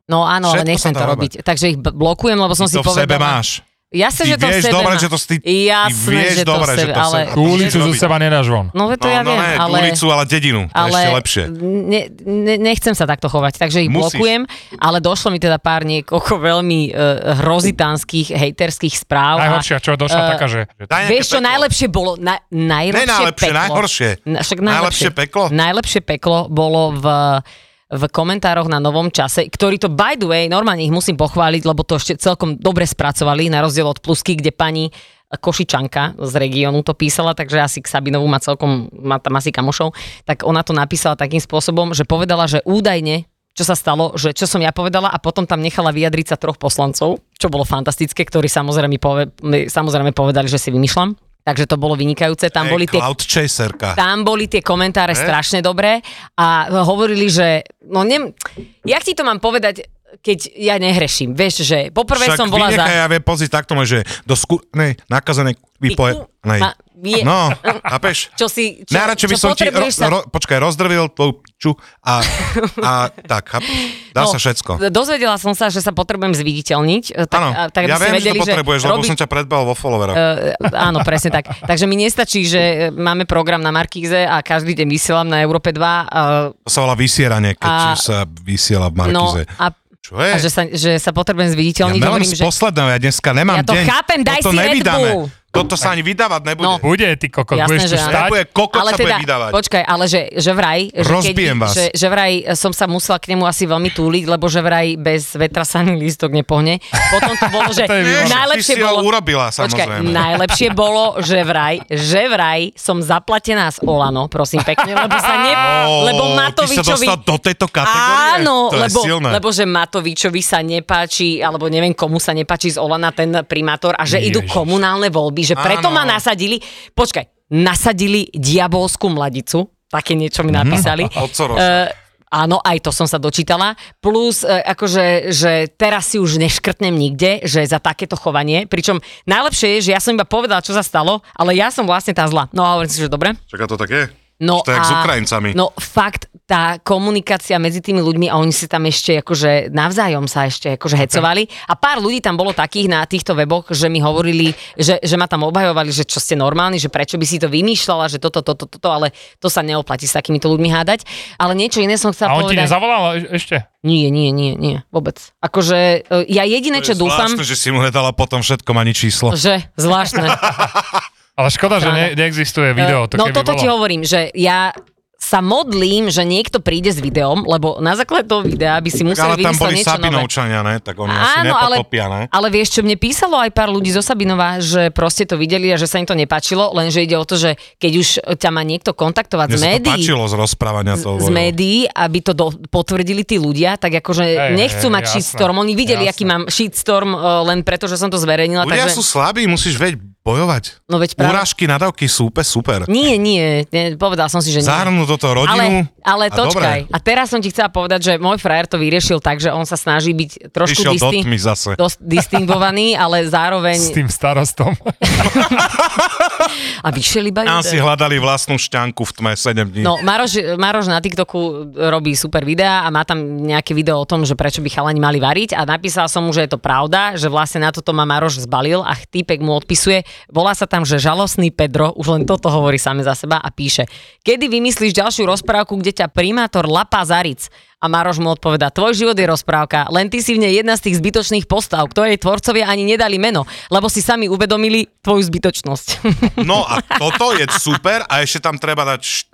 S4: No áno, ale
S5: Všetko
S4: nechcem
S5: sa
S4: to
S5: dá
S4: robiť. Takže ich b- blokujem, lebo som si
S5: to v sebe
S4: povedala.
S5: máš.
S4: Ja sa, že
S5: Ty
S4: to v
S5: vieš
S4: sebe
S5: dobre,
S4: má.
S5: že to si- ty
S4: Jasné,
S5: vieš
S4: že to
S5: dobre,
S4: v
S5: že
S4: sebe,
S5: to v
S4: ale...
S5: sebe-
S3: Tú ulicu zo
S5: robiť.
S3: seba nedáš von.
S4: No veď to
S5: no,
S4: ja
S5: no
S4: viem,
S5: ne, tú
S4: ale...
S5: ulicu, ale dedinu, to je
S4: ale
S5: ešte lepšie.
S4: Ne, ne, nechcem sa takto chovať, takže ich
S5: Musíš.
S4: blokujem, ale došlo mi teda pár niekoľko veľmi uh, hrozitánskych, hejterských správ. a-
S3: Najhoršia, čo došla
S4: Eh,
S3: taká, že... že
S5: Daj nejaké
S4: Vieš čo,
S5: peklo.
S4: najlepšie bolo, na, najlepšie
S5: Ne najlepšie,
S4: peklo.
S5: najhoršie.
S4: Na, však najlepšie,
S5: Najlepšie peklo?
S4: Najlepšie peklo bolo v v komentároch na Novom čase, ktorý to by the way, normálne ich musím pochváliť, lebo to ešte celkom dobre spracovali, na rozdiel od Plusky, kde pani Košičanka z regiónu to písala, takže asi k Sabinovu má celkom, má tam asi kamošov, tak ona to napísala takým spôsobom, že povedala, že údajne čo sa stalo, že čo som ja povedala a potom tam nechala vyjadriť sa troch poslancov, čo bolo fantastické, ktorí samozrejme, pove, samozrejme povedali, že si vymýšľam. Takže to bolo vynikajúce. Tam,
S5: Tam
S4: boli tie,
S5: Cloud Chaserka.
S4: tam boli tie komentáre
S5: Ne?
S4: strašne dobré a hovorili, že no nem, jak ti to mám povedať, keď ja nehreším. Vieš, že poprvé
S5: Však
S4: som bola za...
S5: vynechaj, ja viem pozrieť takto, že do sku... Ne, nakazené
S4: Ty
S5: vypoje...
S4: ku-
S5: Nej.
S4: ma- vie-
S5: No, chápeš?
S4: Čo si... Čo,
S5: Najradšej
S4: čo
S5: by som ti... Ro,
S4: potrebuješ sa-
S5: ro, počkaj, rozdrvil tú ču a, a tak, chápeš?
S4: No.
S5: Dá sa všetko.
S4: d- Dozvedela som sa, že sa potrebujem zviditeľniť. e, Tak,
S5: Áno,
S4: a, tak aby
S5: ja
S4: ste
S5: viem,
S4: vedeli,
S5: že to potrebuješ, lebo
S4: robiť-
S5: som ťa predbal vo followeroch.
S4: E, áno, presne tak. Takže mi nestačí, že e, máme program na Markíze a každý deň vysielam na Európe e, 2. A,
S5: To sa volá vysieranie, keď
S4: a-
S5: sa vysiela v
S4: no,
S5: Markize.
S4: a,
S5: Čo
S4: a
S5: je?
S4: že, sa, že sa potrebujem
S5: ja
S4: zviditeľniť.
S5: melem
S4: hovorím,
S5: z
S4: že,
S5: posledného, ja dneska nemám
S4: Ja to
S5: deň.
S4: chápem, daj
S5: Toto
S4: si Red
S5: nevydáme.
S4: Bull.
S5: Toto sa ani vydávať nebude.
S4: No.
S3: Bude, ty kokot,
S4: Jasné,
S3: budeš tu
S4: že áno.
S3: stať.
S5: Nebude, kokot
S4: ale
S5: sa
S4: teda,
S5: bude vydávať.
S4: počkaj, ale že, že vraj... Že
S5: Rozbijem
S4: keď,
S5: vás.
S4: Že, že vraj som sa musela k nemu asi veľmi túliť, lebo že vraj bez vetra sa ani lístok nepohne. Potom to bolo, že
S3: To je výborné.
S4: najlepšie
S5: Ty si ho
S4: bolo...
S5: urobila, samozrejme.
S4: Počkaj, najlepšie bolo, že vraj, že vraj som zaplatená z Olano, prosím pekne, lebo sa ne...
S5: Ó,
S4: lebo
S5: Ty sa
S4: Matovičovi...
S5: dostal do tejto kategórie?
S4: Áno,
S5: to je
S4: lebo,
S5: silné.
S4: lebo že Matovičovi sa nepáči, alebo neviem komu sa nepáči z Olana ten primátor a že
S3: Ježiš.
S4: idú komunálne voľby, že preto
S5: Áno.
S4: ma nasadili, počkaj, nasadili diabolskú mladicu, také niečo
S5: Mhm.
S4: mi napísali.
S5: Od
S4: Eh,
S5: Sorosa.
S4: Áno, aj to som sa dočítala. Plus, e, akože, že teraz si už neškrtnem nikde, že za takéto chovanie. Pričom najlepšie je, že ja som iba povedala, čo sa stalo, ale ja som vlastne tá zla. No a hovorím si, že dobre,
S5: Čaká to tak je?
S4: No
S5: to je
S4: a,
S5: jak s Ukrajincami.
S4: No fakt, tá komunikácia medzi tými ľuďmi a oni si tam ešte akože navzájom sa ešte akože hecovali. A pár ľudí tam bolo takých na týchto weboch, že mi hovorili, že, že ma tam obhajovali, že čo ste normálni, že prečo by si to vymýšľala, že toto, toto, toto, ale to sa neoplatí s takýmito ľuďmi hádať. Ale niečo iné som
S3: A
S4: chcela
S3: on ti
S4: povedať.
S3: nezavolal e- ešte?
S4: Nie, nie, nie, nie, vôbec. Akože e, ja jediné, čo
S5: To je
S4: dúfam,
S5: zvláštne, že si mu nedala potom všetko ani číslo.
S4: že zvláštne.
S3: Ale škoda, že ne,
S4: Áno.
S3: neexistuje video. To
S4: no
S3: keby
S4: toto
S3: bolo.
S4: ti hovorím, že ja sa modlím, že niekto príde s videom, lebo na základe toho videa by si museli
S5: Ale tam
S4: vymyslieť
S5: boli
S4: niečo nové.
S5: Sabinovčania, ne? Tak oni asi
S4: ale,
S5: nepotopia, ne?
S4: ale vieš, čo mne písalo aj pár ľudí zo Sabinova, že proste to videli a že sa im to nepáčilo, lenže ide o to, že keď už ťa má niekto kontaktovať
S5: Mne
S4: z
S5: sa to
S4: médií,
S5: páčilo z rozprávania
S4: z,
S5: toho.
S4: z médií, aby to do, potvrdili tí ľudia, tak akože
S3: Hej,
S4: nechcú
S3: hej,
S4: mať
S3: jasné,
S4: shitstorm. Oni videli,
S3: jasné.
S4: aký mám shitstorm e, len preto, že som to zverejnila. No,
S5: Ľudia
S4: takže,
S5: sú slabí, musíš veď bojovať.
S4: no veď práve,
S5: Urážky, nadávky sú úplne super.
S4: Nie, nie, nie, povedal som si, že nie.
S5: Zahrnú do toho rodinu.
S4: Ale, ale
S5: a
S4: točkaj.
S5: dobre.
S4: A teraz som ti chcela povedať, že môj frajer to vyriešil tak, že on sa snaží byť trošku
S5: Išiel do
S4: disti-
S5: tmy zase.
S4: dos- distingovaný, ale
S3: S
S4: zároveň...
S3: tým starostom.
S4: A vyšiel iba
S5: Tam
S4: jeden.
S5: si hľadali vlastnú šťanku v tme 7 dní.
S4: No, Maroš, Maroš na TikToku robí super videá a má tam nejaké video o tom, že prečo by chalani mali variť a napísal som mu, že je to pravda, že vlastne na toto ma Maroš zbalil a týpek mu odpisuje, volá sa tam, že žalostný Pedro, už len toto hovorí same za seba a píše, kedy vymyslíš ďalšiu rozprávku, kde ťa primátor lapá zaric? A Maroš mu odpovedá, tvoj život je rozprávka, len ty si v nej jedna z tých zbytočných postav, ktorej tvorcovia ani nedali meno, lebo si sami uvedomili tvoju zbytočnosť.
S5: No a toto je super a ešte tam treba dať št-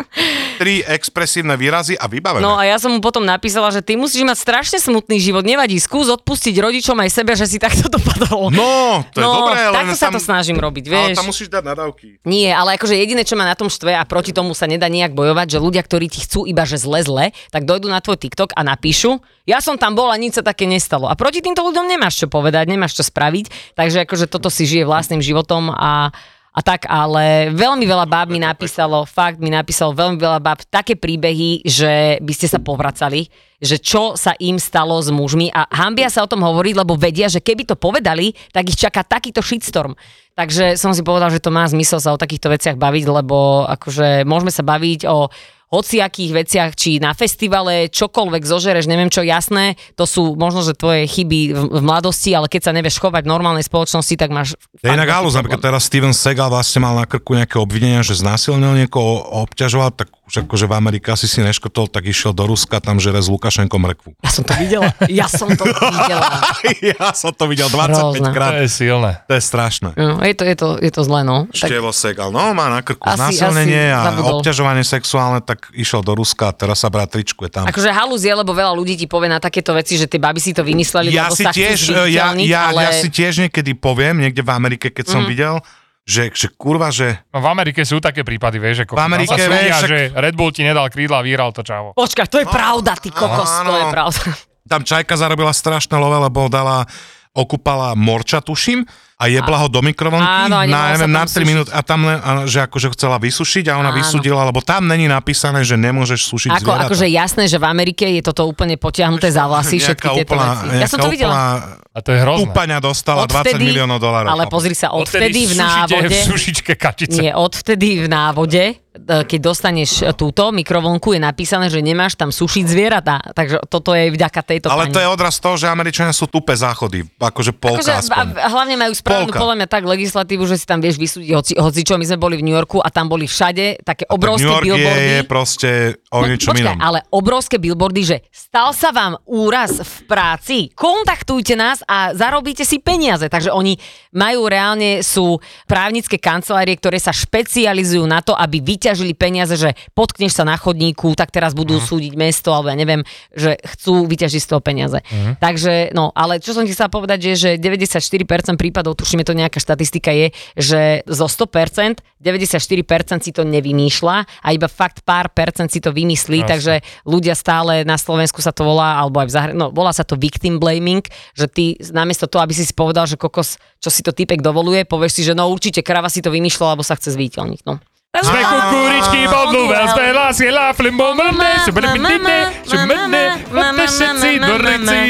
S5: tri expresívne výrazy a vybavené.
S4: No a ja som mu potom napísala, že ty musíš mať strašne smutný život, nevadí, skús odpustiť rodičom aj sebe, že si takto dopadol.
S5: no to je
S4: no,
S5: dobré, len
S4: takto sa
S5: tam,
S4: to snažím robiť,
S5: Ale
S4: vieš.
S5: tam musíš dať nadávky.
S4: Nie, ale akože jediné, čo ma na tom štve a proti tomu sa nedá nejak bojovať, že ľudia, ktorí ti chcú iba že zle zle, tak dojdú na tvoj TikTok a napíšu, ja som tam bol a nič sa také nestalo. A proti týmto ľuďom nemáš čo povedať, nemáš čo spraviť, takže akože toto si žije vlastným životom a a tak, ale veľmi veľa báb mi napísalo, fakt mi napísalo veľmi veľa báb také príbehy, že by ste sa povracali, že čo sa im stalo s mužmi a hambia sa o tom hovoriť, lebo vedia, že keby to povedali, tak ich čaká takýto shitstorm. Takže som si povedal, že to má zmysel sa o takýchto veciach baviť, lebo akože môžeme sa baviť o hociakých veciach, či na festivale, čokoľvek zožereš, neviem čo, jasné, to sú možno, že tvoje chyby v, v mladosti, ale keď sa nevieš chovať v normálnej spoločnosti, tak máš...
S5: To je
S4: fakt
S5: inak
S4: veľký
S5: halus, napríklad
S4: problém.
S5: teraz Steven Segal vlastne mal na krku nejaké obvinenia, že znásilnil niekoho, obťažoval, tak už Však akože v Amerike asi si neškotol, tak išiel do Ruska, tam žere s Lukašenkom mrkvu.
S4: Ja som to videla. Ja som to videla.
S5: ja som to videl 25
S4: Hrozné.
S5: krát.
S3: To je silné.
S5: To je strašné.
S4: No, je, to, je, to, je to zlé, no. Tak,
S5: Števo Segal, no má na krku
S4: Asi-
S5: znásilnenie
S4: asi
S5: a
S4: zabudol.
S5: obťažovanie sexuálne, tak išiel do Ruska a teraz sa bratričku je tam.
S4: akože halúz je, lebo veľa ľudí ti povie na takéto veci, že tie baby si to vymysleli,
S5: ja
S4: lebo
S5: si
S4: sa
S5: tiež,
S4: chcú
S5: e, ja,
S4: zviditeľniť,
S5: ja,
S4: ale... Mhm.
S5: ja si tiež niekedy poviem, niekde v Amerike, keď som videl, že, že kurva, že
S3: No v Amerike sú také prípady, vieš, ako
S5: V
S3: tam
S5: Amerike,
S3: sa súdia,
S5: vieš, však-
S3: že Red Bull ti nedal krídla, a vyhral to čavo.
S4: Počkaj, to je pravda, ty kokos, to je
S5: No, áno.
S4: pravda.
S5: tam čajka zarobila strašné love, lebo dala okúpala morča, tuším, a jebla ho do mikrovlnky
S4: Áno, a nemala sa
S5: na, neviem,
S4: tam
S5: na 3
S4: sušiť.
S5: minút a tam len, a, že akože chcela vysušiť a ona
S4: Áno.
S5: vysudila, lebo tam není napísané, že nemôžeš sušiť
S4: Ako,
S5: zvieratá.
S4: akože jasné, že v Amerike je toto úplne potiahnuté za vlasy, všetky
S5: Nejaká
S4: tieto
S5: úplná-
S4: veci. Ja som
S5: nejaká
S4: to videla.
S5: úplná
S3: A to je hrozné.
S5: Tupaňa dostala 20 miliónov dolárov. no.
S4: Ale pozri sa, odvtedy v
S3: sušite
S4: návode...
S3: v sušičke katice.
S4: Nie, odvtedy v návode, e, keď dostaneš e, túto mikrovlnku, je napísané, že nemáš tam sušiť zvieratá. Takže toto je vďaka tejto
S5: Ale
S4: pani.
S5: to je odraz toho, že Američania sú tupe záchody. Akože polka
S4: Akože, a,
S5: aspoň.
S4: a hlavne majú správnu
S5: Polka.
S4: podľa mňa tak legislatívu, že si tam vieš vysúdiť hoci, hocičo. My sme boli v New Yorku a tam boli všade také obrovské
S5: New York je,
S4: billboardy.
S5: je proste o
S4: Po-
S5: niečom
S4: Počkaj,
S5: inom.
S4: ale obrovské billboardy, že stal sa vám úraz v práci, kontaktujte nás a zarobíte si peniaze. Takže oni majú reálne, sú právnické kancelárie, ktoré sa špecializujú na to, aby vyťažili peniaze, že potkneš sa na chodníku, tak teraz budú
S5: Mhm.
S4: súdiť mesto, alebo ja neviem, že chcú vyťažiť z toho peniaze.
S5: Mhm.
S4: Takže, no, ale čo som ti chcela povedať, je, že 94% prípadov, tuším, je to nejaká štatistika, je, že zo 100%, 94% si to nevymýšľa a iba fakt pár percent si to vymyslí,
S3: Jasne.
S4: takže ľudia stále na Slovensku sa to volá, alebo aj v zahraničí, no volá sa to victim blaming, že ty namiesto toho, aby si si povedal, že kokos, čo si to typek dovoluje, povieš si, že no určite krava si to vymýšľa, alebo sa chce zviditeľniť, no.
S3: Sme kukuričky, bodnú vás,
S4: Áno.
S3: veľa si láflim, bomene, si budeme dine, čo mene, vete všetci do reci.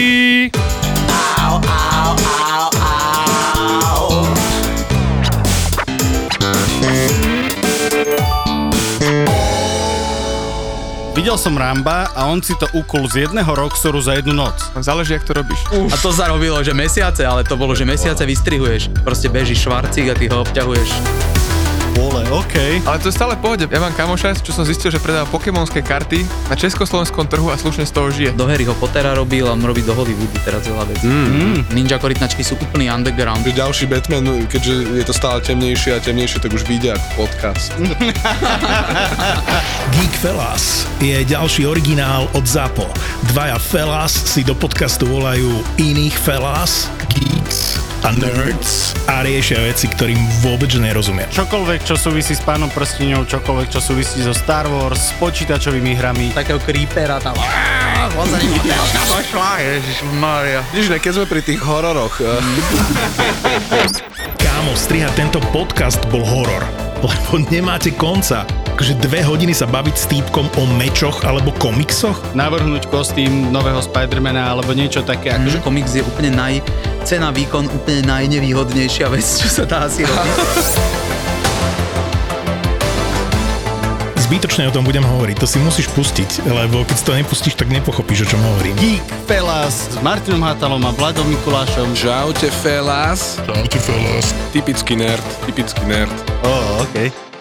S6: Videl som Ramba a on si to ukul z jedného roxoru za jednu noc.
S7: Záleží, jak to robíš. A to zarobilo, že mesiace, ale to bolo, že mesiace vystrihuješ. Proste bežíš švarcík a ty ho obťahuješ.
S6: Vole, okej.
S7: Ale to je stále v pohode. Ja mám kamoša, čo som zistil, že predáva pokémonské karty na československom trhu a slušne z toho žije. Do hery ho Pottera robil a on robí do Hollywoodu teraz veľa vecí. Mm. Ninja koritnačky sú úplný underground.
S8: Že ďalší Batman, no, keďže je to stále temnejšie a temnejšie, tak už vyjde ako podcast.
S1: Geek Fellas je ďalší originál od ZAPO. Dvaja Fellas si do podcastu volajú iných Fellas, Geeks a Nerds a riešia veci, ktorým vôbec nerozumia.
S9: Čokoľvek, čo súvisí s pánom prstiňou, čokoľvek, čo súvisí so Star Wars, s počítačovými hrami.
S7: Takého creepera tam. Ježišmaria.
S8: Vidíš, ne, keď sme pri tých hororoch, mm.
S1: Kámo, strihať tento podcast bol horor, lebo nemáte konca. Takže dve hodiny sa baviť s týpkom o mečoch alebo komiksoch?
S9: Navrhnúť kostým nového Spidermana alebo niečo také.
S7: Akože komiks je úplne naj... Cena, výkon úplne najnevýhodnejšia vec, čo sa dá asi robiť.
S1: Zbytočne o tom budem hovoriť, to si musíš pustiť, lebo keď si to nepustíš, tak nepochopíš, o čom hovorím.
S9: Geek Pelas s Martinom Hatalom a Vladom Mikulášom.
S8: žaute fellas. Žaute fellas. Typický nerd, typický nerd.
S9: Oh, okay.